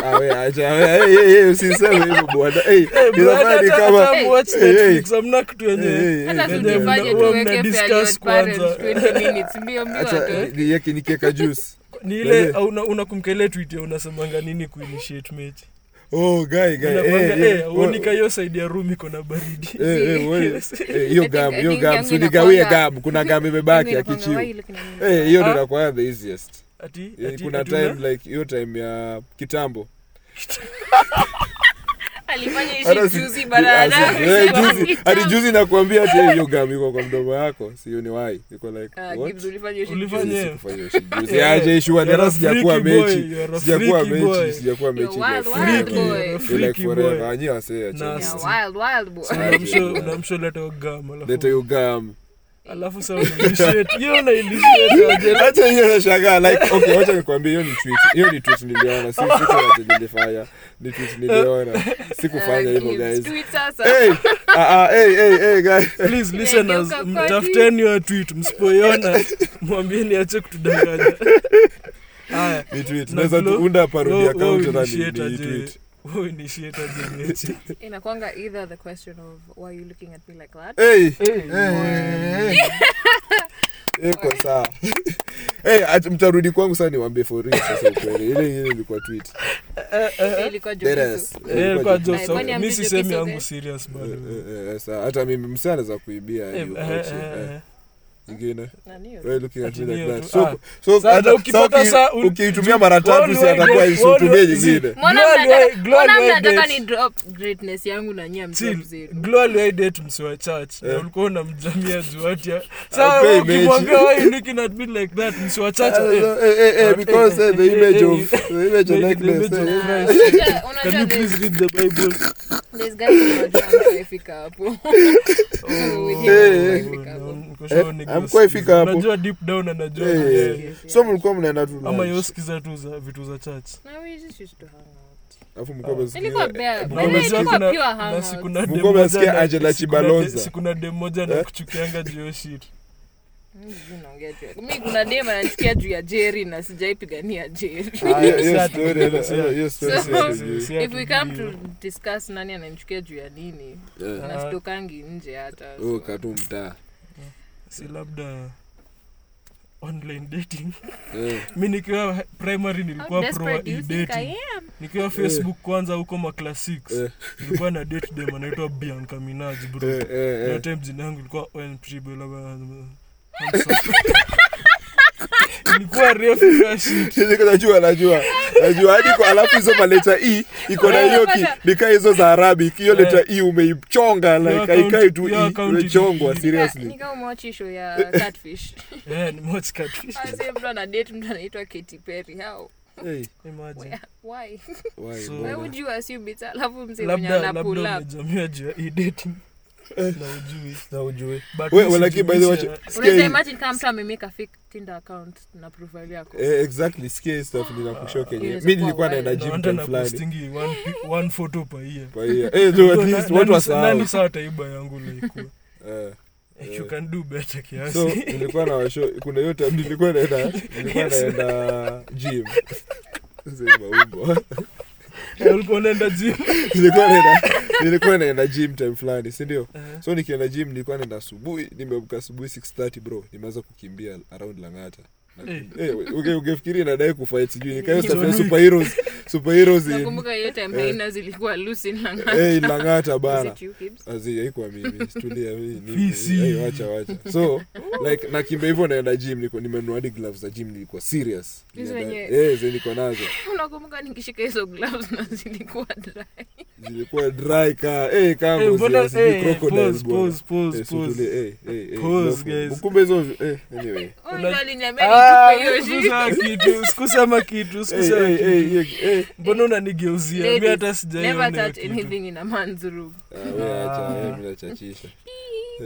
D: Ah, we, acha, we, hey, hey, hey, usiseme hivyo bwana Hey,
B: Brother,
D: inafaa ni
B: Eh, hata-
D: kama
B: hata watch
D: Hey, hey.
B: Netflix, hamna kitu yenye-
D: Hey, hey,
C: hata
B: Ndio,
D: hey,
B: ndio,
C: tujifanye
B: huwa
C: tuweke
B: mnadiscuss
C: fairly parents
B: kwanza.
C: 20 minutes mbio mbio
D: acha
C: watoke
D: ni yake nikieka juice
B: ni ile
D: Yeah.
B: ah, una- unakumbuka ile tweet ya unasemanga nini kuinitiate mechi
D: oh guy guy hey, hey, oh,
B: uonika hiyo saidi ya room iko na baridi
D: hey, hey, wewe- hey, hiyo
C: I think-
D: gam
C: I
D: hiyo
C: think
D: gam
C: yangu
D: sinigawie
C: inakuanga-
D: gam kuna gam imebaki ya
C: Inakwanga, why you
D: kichiu
C: looking at me like
D: Eh, hiyo ndo
B: Ah.
D: inakuwa the easiest
B: ati,
D: Eh,
B: ati,
D: kuna
B: ati
D: time
B: una-
D: like hiyo time ya kitambo
C: alifanya
D: Hata
C: hishi
D: si-
C: juzi
D: Ah, si- eh, juzi- hadi
C: barabara
D: juzi nakuambia ati hiyo gam iko kwa mdomo yako sio ni why iko like
C: Ah,
D: what?
B: Ulifanya
D: Juzi
B: hiyo.
D: sikufanya hiyo shit. Juzi,
B: Yeah.
D: aje issue,
B: You're
D: hata
B: a
D: sijakuwa
B: freaky boy,
D: mechi
B: you're a
D: sijakuwa
B: freaky boy.
D: mechi sijakuwa mechi
C: You're wild,
D: like
C: wild boy.
D: forever.
B: You're a
D: You're like
B: freaky
D: forever.
B: boy.
D: Anyi wasee, acha.
B: Nasty.
D: Sorry.
B: Unamshow- unamshow leta hiyo gum, alafu-
D: leta hiyo gam
B: alafu sa unainitiate. Hiyo unainitiate aje.
D: Acha hiyo nashangaa like okay wacha nikwambie hiyo ni tweet hiyo ni tweet niliona si siku ati nilifanya ni tweet niliona
C: Uh,
D: sikufanya hivyo guys hey ah ah hey hey hey guys
B: Please, listeners,
C: Nimegeuka kwani.
B: mtafuteni hiyo tweet msipoiona mwambieni ache kutudanganya Haya,
D: ni tweet
B: na
D: naweza
B: Glo-
D: tuunda parody
B: wewe-
D: account
B: wewe
D: na
B: initiate
D: ni- ni
B: aje-
D: tweet
B: wewe initiate aje mechi.
C: inakwanga either the question of why you looking at me like that
D: hey
B: Hey, Eh,
D: iko sawa hey ati mtarudi kwangu sasa niwaambie for real sasa ukweli ile ile ilikuwa tweet
C: ilikuwa jokizo.
D: Deadass.
B: Eh,
D: Ilikuwa
B: kwa
D: joke.
B: joke,
C: Ay,
B: so-
C: kwani
B: mi
C: hamjui
B: sisemi
C: joke hizo,
B: yangu
C: eh?
B: serious bado.
D: Eh, eh, eh, sawa. hata mimi msee anaweza kuibia
B: Eh,
D: hiyo
B: eh,
D: couch,
B: eh,
D: eh.
B: eh.
D: ingine
C: Nani
D: Why are you looking at me like
B: Achilia
D: that?
B: tu.
D: So-
B: Ah.
D: so
B: Sasa
D: hata-
B: ukipata
D: sasa uki-
B: saa un-
D: ukiitumia mara tatu si
B: Glory
D: atakuwa
B: wage-
D: issue, utumie
B: glory-
D: nyingine
C: Mbona
B: Glory
C: mnataka-
B: wage-
C: mbona
B: glory wage
C: mnataka
B: dates.
C: ni drop greatness yangu na nyia mdrop zero
B: glaliaidetmsiwa church na
D: Eh.
B: ulikuwa unamjamia juatia
D: Okay,
B: saa
D: imagine.
B: ukimwambia why you looking at me like that msiwa church eh,
D: Eh, eh, eh, because, eh, the
B: Eh,
D: image
B: eh,
D: of- the image
B: the-
D: of
B: the
D: likeness,
B: image of
D: eh.
B: Christ.
C: Unajua-
B: Can
C: unajua
B: you
C: there's-
B: please read the Bible?
C: there's guys wanajua mtu amefika hapo.
B: Oh,
D: Eh,
B: no,
C: eh.
B: no, niko sure
D: Eh,
B: ni
D: hamkuwa ifika
B: kusikiza.
D: hapo.
B: Unajua deep down anajua
D: Eh,
B: eh,
D: eh. so mlikuwa mnaenda tu
B: ama
D: lunch.
B: yosikiza tu za vitu za church
C: Now we just used to hang out.
D: Alafu mlikuwa
B: Ah.
D: mnasikia-
C: Ilikuwa bare-
B: Mko
C: By the way,
B: Eh, umesikia
C: ilikuwa
B: kuna-
C: pure
B: na
C: hangout.
B: siku na
D: Mko
B: dem moja
D: umesikia
B: na-
D: Angela
B: siku na de-
D: Chibalonza?
B: siku na dem moja na
D: Eh?
B: kuchukianga juu ya shit.
C: Mimi sijui naongea juu ya- mi kuna dem anasikia juu ya jeri na sijaipigania jeri
D: Ah, hiyo- hiyo
B: Siati,
D: story, eh,
B: siati.
D: eh, hiyo story
C: So-
D: siati.
B: Si
C: if we come to
B: hatujui.
C: discuss nani ananichukia juu ya nini
D: Eh,
B: Ah.
C: nasitokangi nje hata so.
D: oh, katu mtaa.
B: si labda online dating
D: Eh,
B: mi nikiwa primary
C: How
B: nilikuwa pro wa
C: desperate do you think I
B: e-dating.
C: am?
B: nikiwa facebook kwanza huko makla 6
D: Eh.
B: nilikuwa na date dem anaitwa bianca minaj bro
D: eh, eh,
B: hiyo
D: eh.
B: time jina yangu ilikuwa ONP, bela- bela- bela- ilikuwa refu ya shit
D: Chezeka, najua najua najua hadi kwa alafu hizo maleta e iko na hiyo ki- ni kaa hizo za arabic hiyo
B: Eh.
D: leta e umeichonga
B: Hiyo
D: like haikai
B: account-
D: tu
B: hiyo
D: e
B: account
D: umechongwa
B: ni-
C: Ni
D: seriously eh.
C: kama umewachi show ya catfish
B: Eh, nimewatch catfish.
C: Ase mtu ana date mtu anaitwa Katy Perry how
D: Hey,
B: Imagine.
C: Where- why
D: Eh, Oh, why,
B: So-
C: why
D: bwana?
C: would you assume it's alafu mzee mwenye
B: labda
C: ana
B: labda
C: pull up
B: umejamia juu ya e-dating. na ujui
D: Eh. na ujue
B: But
D: We-
B: mi
D: we- lakini by the way,
B: sijui si-
D: sikia
C: unaweza
D: hii-
C: imagine kama mtu amemeka fake tinder account na profile yako
D: eh, exactly sikia hii stuff
B: Ah,
D: ninakushock yenyewe.
C: Inaweza
D: mi
C: kuwa
D: nilikuwa
C: wild.
D: naenda
B: na
D: gym
B: wanda
D: time
B: na
D: fulani
B: postingi one pi- one photo per year.
D: Kwa hiyo, eh, no, at least watu
B: Nani- nani
D: wasahau
B: saa taiba yangu laikua
D: Eh.
B: you can do better kiasi
D: so nilikuwa na washo kuna hiyo time nilikuwa naenda nilikuwa naenda gym Sasa maumbo.
B: Eh, Ulikuwa unaenda gym.
D: nilikuwa naenda nilikuwa naenda gym time fulani si ndio so nikienda gym nilikuwa naenda asubuhi nimeamka asubuhi 6:30 bro nimeanza kukimbia around langata
B: Eh.
D: ungefikiri inadai kufight sijui nikayo
B: Hizo
D: stuff ya
B: ni-
D: superheroes superheroes in
C: nakumbuka hiyo time haina zilikuwa lucy na
D: eh, in langata
C: Was
D: bana
C: it you, Gibbs?
D: Azi, haikuwa mimi tulia mimi ni-
B: Fisi.
D: hey, wacha wacha so like nakimbia hivyo naenda gym niko nimenunua hadi gloves za gym nilikuwa serious
C: Hizo
D: Nilienda-
C: wenye-
D: eh zenye niko nazo
C: unakumbuka nikishika hizo gloves na zilikuwa dry
D: zilikuwa dry ka eh kama
B: Eh, mbona-
D: sijui
B: eh,
D: crocodiles
B: pause,
D: bwana.
B: pause, pause,
D: Eh, so
B: pause.
D: tulia, eh, eh, eh,
B: Pause,
D: lofu.
B: guys.
D: kumbe hizo eh anyway
C: Huyu
B: Una-
C: aliniambia
B: Ah,
C: nitupe hiyo shit.
B: sikusema kitu, sikusema kitu,
D: Eh,
B: sikusema
D: eh,
B: kitu.
D: eh, eh, eh.
B: mbona unanigeuzia mi
C: Ladies,
B: hata
C: never
B: sijaiona hiyo
C: touch
B: kitu.
C: anything in a man's room
D: Ah, we acha,
B: Ah.
D: eh, mimi nachachisha.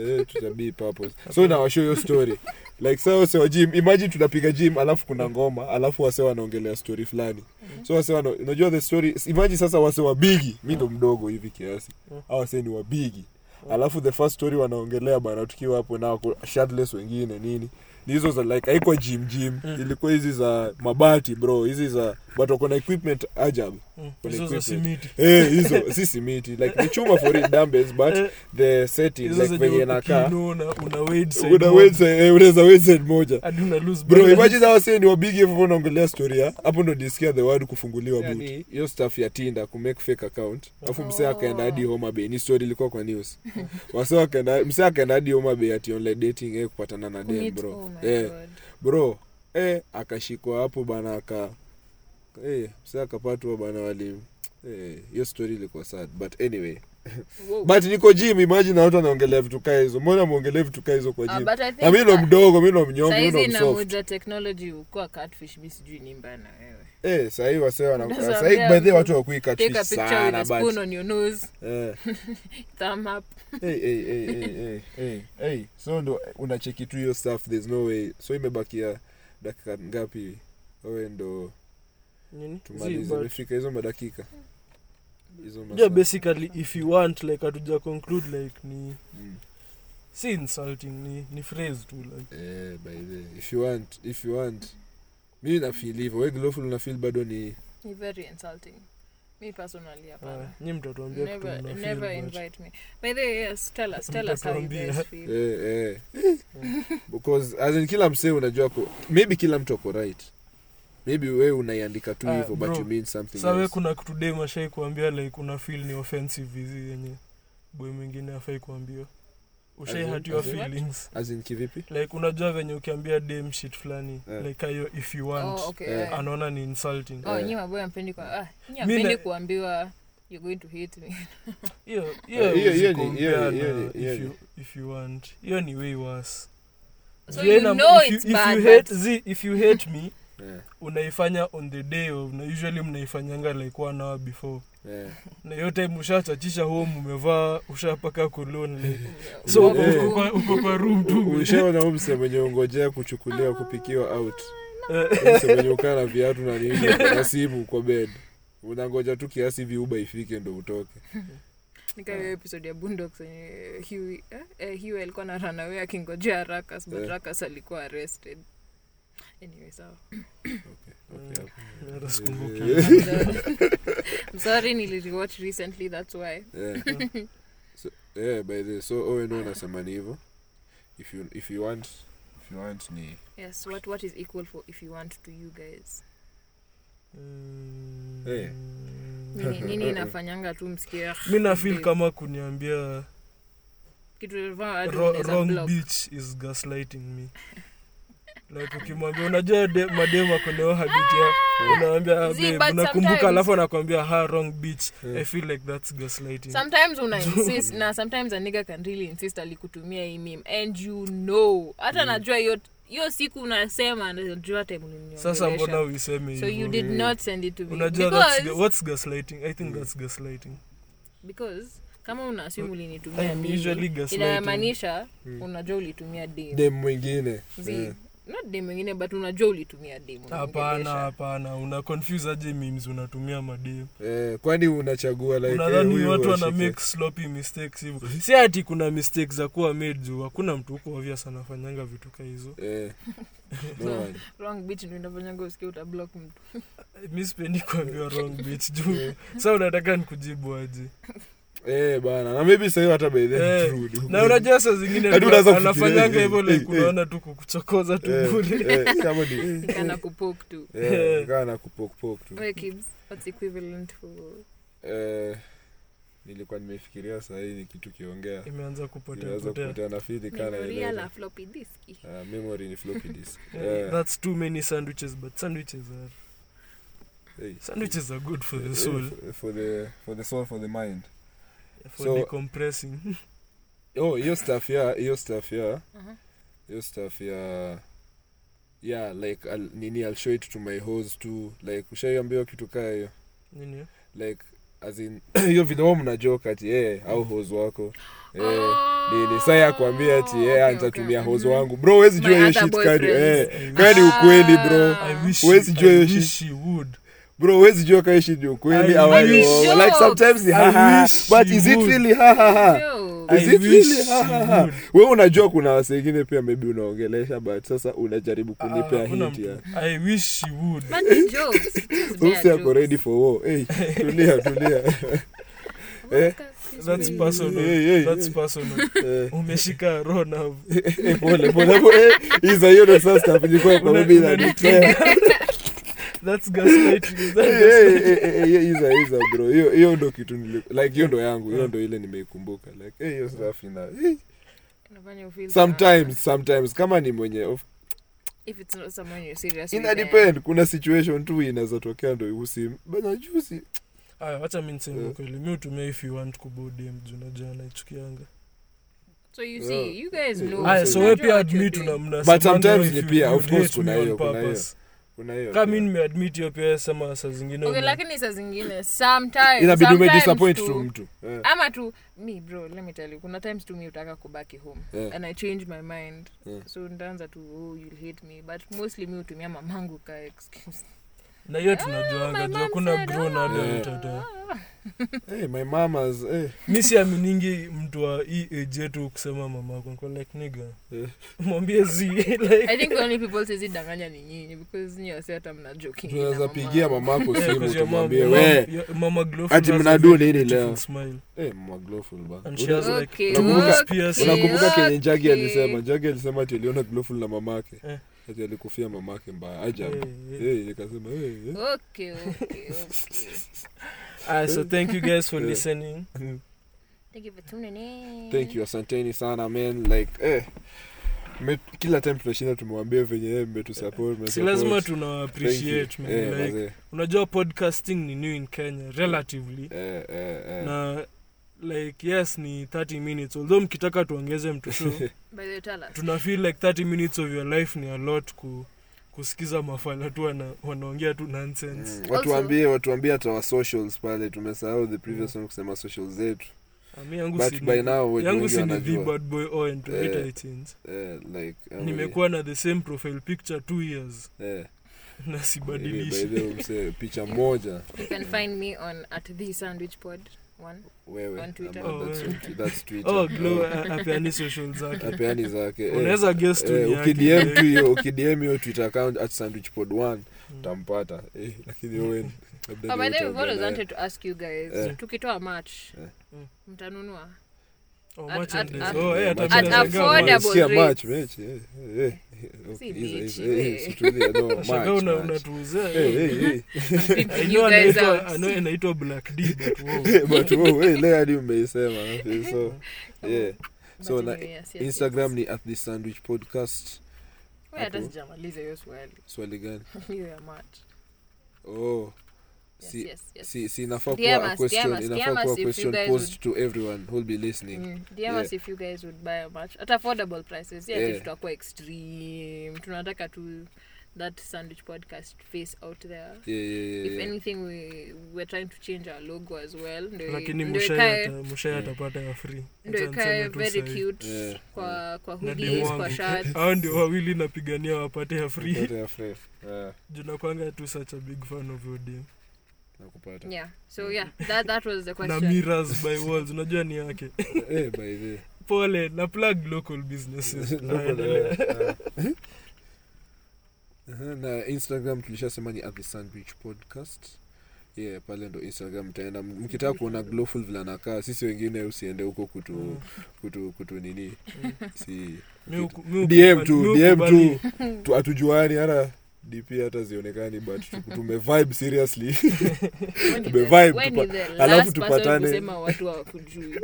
D: Eh, tuta be purpose. so nawashow hiyo story like saa wase wa gym imagine tunapiga gym alafu kuna ngoma alafu wase wanaongelea story fulani so wase wana, unajua the story imagine sasa wase wabigi mi ndo mdogo hivi kiasi au wase ni wabigi alafu the first story wanaongelea bana tukiwa hapo na wako shirtless wengine nini ni hizo za like haiko gym gym ilikuwa hizi za mabati bro hizi za but wako na equipment ajabu Wako na
B: Hmm. hizo za
D: equipment.
B: simiti
D: Eh, hizo si simiti like ni chuma for it dumbbells
B: Eh.
D: but the setting
B: hizo
D: like venye inakaa una
B: zenyeunawedi
D: wednesday eh, unaweza wednesday moja
B: hadi una lose
D: bro
B: balance.
D: imagine hawa sasa ni wabigi hivyo hivyo naongelea story ya hapo ndo nilisikia the word kufunguliwa boot hiyo stuff ya Tinder ku make fake account alafu
C: Oh.
D: msee akaenda hadi Homa Bay ni story ilikuwa kwa news wasee akaenda msee akaenda hadi Homa Bay ati online dating eh kupatana na dem
C: Meet-
D: bro
C: oh my
D: eh
C: God.
D: bro eh akashikwa hapo bana aka eh msee akapatwa bana wali eh hiyo story ilikuwa sad but anyway
C: Wow.
D: but niko gym imagine watu wanaongelea vitu kaa hizo mbona muongelee vitu kaa hizo kwa
C: Ah,
D: gym
C: but I think
D: na mi ndo
C: sa-
D: mdogo mi ndo mnyonge mi
C: saizi
D: ndo
C: na
D: msoft
C: muda technology ukuwa catfish mi sijui ni mbaya na wewe
D: eh sahii wasee
C: Unaweza
D: wanakaa sahii by the way watu wakui
C: take a
D: catfish
C: picture with
D: sana
C: a spoon
D: but
C: on your nose
D: eh
C: thumb up
D: hey hey hey hey hey hey hey so ndo unacheki tu hiyo stuff there's no way so imebakia dakika ngapi wewe ndo
B: Nini? Zii,
D: tumalize
B: but-
D: imefika hizo madakika hizo
B: yeah,
D: masaa
B: basically if you want like hatuja conclude like ni
D: Mm.
B: si insulting ni, ni phrase tu like
D: eh by the way if you want if you want mimi nafeel hivyo wewe glowful unafeel bado ni
C: ni very insulting me personally hapana
D: Ah,
B: uh, nyi mtatuambia kitu
C: Ah. never
B: mnafeel,
C: never
B: but-
C: invite me by the way yes tell us tell us how you guys
B: Mtatuambia.
D: eh
C: feel
D: eh because as in kila msee unajua ko maybe kila mtu ako right maybe wewe unaiandika tu
B: Ah,
D: hivyo but
B: bro.
D: you mean something
B: Sa we
D: else
B: kuna kitu dem ashai kuambia like una feel ni offensive hizi yenye boy mwingine afai kuambiwa ushai
D: As in-
B: hurt your
D: as in-
B: feelings
D: as in kivipi
B: like unajua venye ukiambia dem shit fulani
D: Eh.
B: like ayo if you want
C: Oh, okay,
D: Eh.
C: yeah.
B: anaona ni insulting
C: Oh, nyi maboy ampendi kwa ah, nyi
B: Mi
C: ampendi
B: na-
C: kuambiwa you're going to hit me.
B: hiyo hiyo
D: Eh, hiyo- hiyo
B: huwezi
D: ni- hiyo
B: compare
D: ni- hiyo
B: na
D: ni- hiyo
B: if
D: ni.
B: you- if you want hiyo ni way worse
C: So
B: Juu ena-
C: you know
B: if you-
C: it's
B: if you
C: bad,
B: hate-
C: but-
B: zi- if you hate me
D: Eh,
B: unaifanya on the day of na usually mnaifanyanga like one hour before
D: eh.
B: na hiyo time ushachachisha home umevaa ushapaka kolon like so
C: So,
B: uko-
D: Eh.
B: uko kwa- uko kwa room tu
D: ushaona huu mse mwenye ungojea kuchukuliwa kupikiwa out
B: Eh,
D: Huu mse mwenye ukaa na viatu na nini na simu kwa bed unangoja tu kiasi viuba ifike ndo utoke
C: nika hiyo episode ya Boondocks yenye Huey- eh, eh, Huey alikuwa na run away akingojea Ruckus, but
D: Eh.
C: Ruckus alikuwa arrested. Anyway, sawa.
D: Okay,
B: hata sikumbuki.
D: Eh,
C: I'm sorry nilirewatch recently that's why
B: Mm.
D: eh. So, eh, by the so oweno unasema ni hivo if you, if you want if you want ni
C: yes what what is equal for if you want to you guys
B: Mm.
D: Eh.
C: nini, nini inafanyanga tu msikie
B: Eh. mi nafil kama kuniambia
C: kitu ilifanya watu
B: ro-
C: wanaweza
B: wrong
C: block.
B: bitch is gaslighting me like ukimwambia unajua de- madem akoneo habit ya unawambia
C: Zii, Ah! but sometimes-
B: unakumbuka alafu anakwambia ha wrong bitch
D: Yeah.
B: i feel like that's gaslighting
C: sometimes una insist na sometimes a nigga can really insist alikutumia hii meme and you know
B: Mm.
C: hata najua hiyo hiyo siku unasema najua time
B: sasa mbona
C: uliniongelesha
B: uiseme
C: so you
B: hivyo?
C: did not send it to me
B: unajua that's, ga-
C: because
B: what's gaslighting i think that's gaslighting
C: because kama una assume ulinitumia
B: I'm usually
C: mimi
B: gaslighting. Mm.
C: inamaanisha unajua ulitumia dem
D: dem mwingine
C: Zii,
D: Eh,
C: not dem mwingine but unajua ulitumia dem
B: hapana hapana una confuse aje memes unatumia madem
D: eh, kwani unachagua like, eh,
B: unadhani
D: huyu
B: watu wana
D: washike.
B: make sloppy mistakes hivyo si ati kuna mistakes za kuwa made juu hakuna mtu huko obvious anafanyanga vitu ka hizo
D: Eh, no one.
C: wrong bitch ndio inafanyanga usikie utablock mtu
B: mi sipendi kuambiwa wrong bitch juu sa unataka nikujibu aje
D: Eh, bana na maybe sahii hata by then
B: Eh,
D: turudi.
B: na unajua saa zingine
D: Hadi unaanza
B: ana-
D: kufikiria
B: anafanyanga hivyo
D: hivi,
B: like
D: eh, eh.
B: unaona tu kukuchokoza tu
D: Eh,
B: bure
D: eh, kama ni-
C: ikana kupok tu
D: Eh, nikawa na kupokpok tu
C: we kids what's equivalent for
D: Eh, nilikuwa nimefikiria sahii ni kitu kiongea
B: imeanza kupotea
D: inaweza
B: potea
D: kupotea na fili kana
C: memoria la floppy diski
D: memory ni floppy disk
B: Eh,
D: Eh,
B: that's too many sandwiches but sandwiches are
D: hey.
B: sandwiches are good for
D: Eh,
B: the soul
D: for- for the for the soul for the mind
B: for
D: so-
B: decompressing
D: oh hiyo stuff ya hiyo stuff ya
C: Mhm.
D: hiyo stuff ya yeah like I'll, nini i'll show it to my hose too like ushaiambiwa kitu kaa hiyo
B: nini
D: like as in hiyo vile wao mnajoke ati eh au hose wako eh nini saa ya kuambia ati eh
C: Oh. Okay,
D: nitatumia
C: okay,
D: hose
C: mhm.
D: wangu bro huwezi jua
C: My
D: hiyo
C: other
D: shit kani
C: boyfriends.
D: eh
B: I
D: kani ukweli bro
C: Ah.
B: I wish
D: Huwezi jua
B: I
D: hiyo
B: wish
D: shit.
B: she would.
D: bro huwezi jua kani shit ni ukweli
B: I
D: au
B: wish-
D: ayo. like sometimes ni
B: I
D: ha ha
B: wish
D: but
B: she
D: is it
B: would.
D: really ha ha ha
C: Yo.
B: I
D: Is
B: wish
D: it really?
B: she
D: Ha, ha, ha.
B: would.
D: wewe unajua kuna wasengine pia maybe unaongelesha but sasa unajaribu kunipea
B: Ah, hakuna
D: hint ya
B: mtu. I wish she would.
C: But ni jokes. It is
D: So
C: bare
D: usi ako
C: jokes.
D: ready for war hey, tulia tulia eh,
B: That's
C: Really.
B: personal.
D: Hey, hey,
B: That's
D: hey.
B: personal.
D: eh,
B: Umeshika roho na
D: eh, pole pole pole iza hiyo ndo sasa nilikuwa kwa mimi na
B: That's gaslighting. That's
D: iza iza bro hiyo hiyo ndo kitu nili- like hiyo ndo yangu hiyo ndo ile nimeikumbuka like eh, hiyo stuff ina eh.
C: Inafanya ufeel bad.
D: sometimes sometimes kama ni mwenye of
C: If it's not someone you're serious with,
D: ina
C: eh.
D: depend kuna situation tu inazotokea ndo usi bana juzi
B: Aya, wacha mi niseme
D: Eh.
B: ukweli mi hutumia if you want kubodem juu najua naichukianga
C: So you see, you guys
D: Yeah.
C: know.
B: aya
D: Oh, so
B: so
C: Unajua
B: we pia
C: what you're
B: admit
C: doing.
B: una
D: But sometimes ni pia, of course, kuna hiyo, kuna kuna hiyo
B: kami nimeadmit hiyo pia sema saa zingine
C: Okay,
B: ume-
C: lakini saa zingine sometimes
D: inabidi
C: sometimes
D: umedisappoint
C: tu-
D: tu mtu Eh,
C: ama tu mi bro let me tell you kuna times tu mi utaka kubaki home
D: eh,
C: and i change my mind
D: Yeah.
C: so ntaanza tu oh, you'll hate me but mostly mi hutumia mamangu ka excuse
B: na hiyo
C: My
B: tunajuanga juu
C: mom
B: hakuna
C: Ah, said,
B: grown
C: "Ah."
B: adult
D: Yeah.
B: ata
D: eh, my mamas eh,
B: mi siaminingi mtu wa hii age yetu kusema mama yako niko like niga
D: Eh.
B: mwambie zi like eh,
C: i think the only people sizidanganya ni nyinyi because nyi wasi hata mna joking na
D: tunaweza
C: mama.
D: pigia mamako
B: Yeah,
D: simu
B: 'cause your mom-
D: tumwambie
B: your
D: we
B: mom- your mama Glowful
D: ati
B: has a
D: mnadu
B: very
D: nini leo?
B: beautiful smile
D: eh, mama Glowful ba.
B: and she has
D: Una-
B: like
C: Okay,
B: two
D: unakumbuka-
B: months piercing.
C: okay.
D: unakumbuka kenye jagi
C: Okay.
D: alisema jagi alisema ati aliona gloful na mamake
B: Eh.
D: ati alikufia mamake mbaya ajabu
B: Eh, eh.
D: Eh, nikasema eh,
C: Oh,
D: eh.
C: okay okay okay
B: Aya, Ah, so thank you guys for
D: Yeah.
B: listening
C: thank you for tuning in
D: thank you asanteni sana man like eh mme- kila time tunashinda tumewambia venye eh, mmetusupport,
B: si
D: mmesupport.
B: lazima
D: Thank you.
B: tunaappreciate man
D: Eh,
B: like
D: mazee.
B: unajua podcasting ni new in kenya relatively
D: Eh, eh, eh.
B: na like yes ni 30 minutes although mkitaka tuongeze mtusho
C: by the way tell us
B: tuna feel like 30 minutes of your life ni a lot ku, kusikiza mafala tu wana, wanaongea tu nonsense
D: Mm,
C: Also-
D: watuambie watuambie hata wa socials pale tumesahau the
B: Mm.
D: previous one kusema socials zetu
B: Ah, mi yangu si
D: but by
B: ni-
D: now watu
B: yangu
D: wengi
B: si ni the
D: wanajua
B: bad boy on
D: Eh.
B: 2018
D: eh, like I'm
B: nimekuwa na the same profile picture two years
D: really- eh,
B: na
D: mimi by
B: sibadilishi
D: the way msee, picha moja
C: you can find me on at the sandwich pod one
D: wewe
C: On Twitter.
D: ama
B: Oh,
D: that's
B: wewe.
D: on- that's Twitter.
B: oh glow
D: Oh,
B: a- apeani social zake
D: apeani zake eh.
B: unaweza guess tu
D: Eh,
B: ni yake.
D: ukidm tu hiyo ukidm hiyo twitter account at sandwichpod 1 utampata eh, lakini wewe labda
C: oh, by
D: ni
C: the way
D: utaongea
C: we've always
D: naye.
C: wanted to ask you guys
D: Eh.
C: tukitoa match
B: Mm.
C: mtanunua
B: Oh,
C: At-
B: merchandise.
C: at-
B: Oh, eh, hata
D: Merchandise.
B: mimi
C: at
B: nashangaa
C: affordable
B: bwana.
D: Sikia
C: rates.
D: match, match, eh, eh, eh,
C: Si
D: okay, hizo, hizo,
C: bitch,
D: eh,
C: we.
D: situlia, no, match,
B: Nashangaa una-
D: match.
B: unatuuzia.
D: Eh, eh, eh.
B: I
C: Pimping
B: know
C: you guys
B: anaitwa- I
C: out.
B: know anaitwa Black D, but wow.
D: But, oh, eh, leo hadi umeisema okay, so, yeah.
C: But
D: So, na-
C: anyway, yes, yes,
D: instagram
C: yes.
D: ni at the sandwich podcast
C: Wewe hata
D: hapo.
C: sijamaliza hiyo swali
D: swali gani
C: hiyo ya match
D: oh
C: Yes,
D: si,
C: yes, yes.
D: si, si inafaa
C: DM
D: kuwa a
C: us,
D: question
C: DM us,
D: inafaa
C: DM
D: kuwa
C: us if
D: question
C: you guys
D: posed to everyone who'll be listening
C: Mm, DM us if you guys would buy a match at affordable prices yeah,
D: Yeah.
C: tutakuwa extreme tunataka tu that sandwich podcast face out there
D: yeah,
C: if
D: yeah, yeah, yeah.
C: anything we, we're trying to change our logo as well Ndio-
B: lakini
C: ndio
B: Mushai
C: ikae-
B: ata- Mushai atapata ya free
C: ndio
B: Acha
C: ikae
B: niseme tu
C: very
B: sahi.
C: cute
D: Yeah.
C: kwa kwa
B: Na
C: hoodies
B: demu
C: kwa
B: wangu.
C: shirt
B: hao ndio wawili napigania wapate ya free
D: Kupata ya Ah, free. Yeah,
B: junakwanga tu such a big fan of your DM.
D: nakupata.
C: yeah so yeah that that was the
B: na
C: question
B: mirrors by walls unajua ni yake
D: Eh, by the way.
B: pole na plug local businesses
D: Local,
B: Aendelea.
D: eh, eh. Aha, na instagram tulishasema ni at the sandwich podcast yeah pale ndo instagram taenda mkitaka kuona glowful vile anakaa sisi wengine usiende huko kutu,
B: Mm.
D: kutu, kutu nini si
B: Mi huku- mi
D: dm
B: hukubali-
D: tu
B: mi
D: dm
B: hukubali-
D: tu tu- hatujuani hata dp hata zionekani but tu- tumevibe seriously
C: When is
D: tume
C: the-
D: vibe,
C: when
D: tupa-
C: is the
D: alafu
C: last person
D: tupatane.
C: kusema watu hawakujui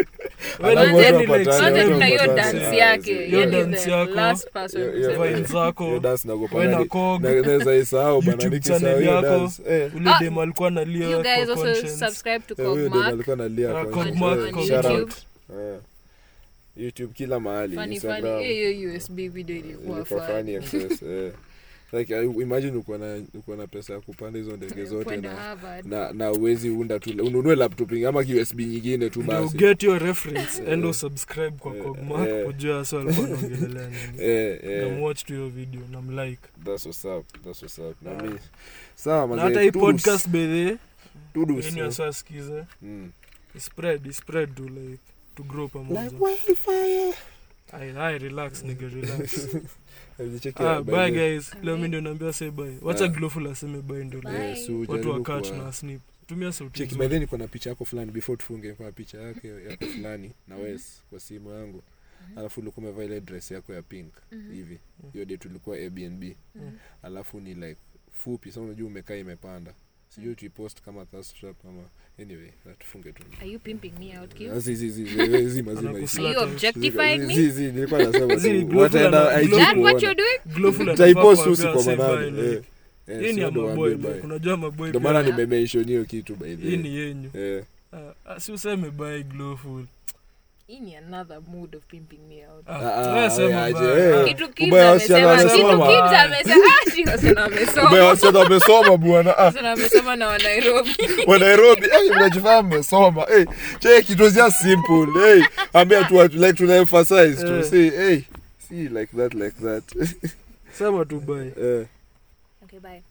B: Wewe
D: Alafu
B: ni
D: watu
B: like-
D: wapatane,
B: Sote
C: kwanza
D: watu
C: tuna hiyo
D: wapatane.
C: dance
D: Ah,
C: yake
D: zi-
B: Hiyo
C: Yeye ni
B: dance
C: the
B: yako.
C: last person
D: Hiyo-
C: kusema.
D: hiyo-
B: vines zako
D: hiyo dance
B: we
D: nakopana
B: na
D: ni-
B: kog
D: na- naweza isahau bana,
B: YouTube
D: nikisahau
B: channel
D: hiyo
B: yako.
D: dance, eh,
B: ule
C: Ah,
B: dem alikuwa nalia
C: you
B: kwa
C: guys also
B: conscience.
C: subscribe to
D: Eh, huyo
C: Cog
D: dem
C: Mark
D: alikuwa analia
B: Ah,
D: kwa
B: Cog
D: nje.
B: Mark,
D: Eh,
B: Cog
D: shout
B: Mark.
D: out. Eh. youtube kila mahali
C: funny funny
D: Instagram.
C: hiyo hiyo USB video ilikuwa
D: Ilikuwa funny
C: funny
D: access, eh. like I- imagine uko na uko na pesa ya kupanda hizo ndege zote
C: Kwenda
D: na
C: Harvard.
D: na na uwezi unda tu ununue laptop ingine ama usb nyingine tu
B: Ndio
D: basi
B: get your reference and
D: Eh,
B: usubscribe kwa
D: eh,
B: Kogmark
D: eh.
B: kujua so alikuwa anaongelelea nini.
D: eh, eh,
B: Namwatch tu hiyo video namlike.
D: that's what's up that's what's up na
B: Ah.
D: mi sawa
B: Na
D: mazee,
B: hata hii
D: tudus,
B: podcast bedhe
D: tudus,
B: yenu
D: eh.
B: asasikize
D: Mm.
B: spread ispread to like to grow pamoja. Ai ai relax nigga relax.
D: Nicheki
B: Ah,
D: ya, by
B: bye
D: the-
B: guys. Leo mimi ndio naambia say bye. Wacha
D: Ah.
B: glowful aseme bye ndio.
C: Bye.
B: leo.
D: Eh, so
B: Watu
D: ujaribu
B: wa catch
D: kuwa-
B: na snip. Tumia sauti.
D: cheki
B: nzuri.
D: by then niko na picha yako fulani before tufunge kwa picha yake yako fulani na
B: Mm-hmm.
D: wes kwa simu yangu alafu ulikuwa umevaa ile dress yako ya pink
C: mm-hmm.
B: Mm-hmm.
D: hivi hiyo day tulikuwa airbnb
B: Mhm.
D: alafu ni like fupi sa unajua umekaa imepanda
B: Mm-hmm.
D: sijui tuipost kama thirst trap ama anyway natufunge tu
C: Are you pimping me out, Q?
D: Ah, zi- zi- zi- zi- zi- mazima
B: Anakusla-
D: hizi.
C: Are you
B: Slut.
C: objectifying me?
D: Zi- zi- nilikuwa nasema
B: Zi-
D: tu,
B: glowful
D: wataenda
B: ana-
D: IG
B: glowful-
C: That what
D: kuona.
C: you're doing?
B: Glowful anafaa
D: Utaipost
B: kuambia
D: usi Mm. kwa
B: wasee
D: manani,
B: bye, like,
D: eh. Eh,
B: hii ni
D: sio
B: ya
D: ndo
B: maboy
D: waambie bye.
B: like, unajua maboy
D: ndo
B: pia
D: maana nimemention hiyo kitu by the
B: hii
D: way.
B: ni yenyu
D: Eh,
B: Ah, ah, si useme bye glowful
C: Hii ni another mood of pimping me out.
B: Ah,
D: Ah, ah,
B: wewe sema
D: aje,
B: bye.
D: eh.
C: Kitu Kibz
D: ubaya wa wasichana
C: amesema- kitu
D: anasoma.
C: Kibz amesema- Ah, she was na amesoma.
D: Ubaya wa wasichana wamesoma bwana Ah,
C: Sasa na amesoma na wa Nairobi.
D: wa nairobi Eh, mnajifaa mmesoma Eh, check it was just simple Eh, ambia tu watu, like tuna emphasize tu
B: Eh.
D: See, eh, see, like that like that
B: Ah, sema tu bye
D: Eh,
C: Okay, bye.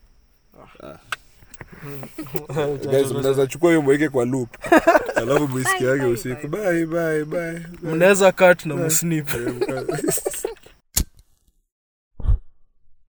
D: guys mnaweza chukua hiyo mweke kwa loop alafu mwisikiage usiku bye bye bye
B: mnaweza kat na musnip
D: Eh, mka-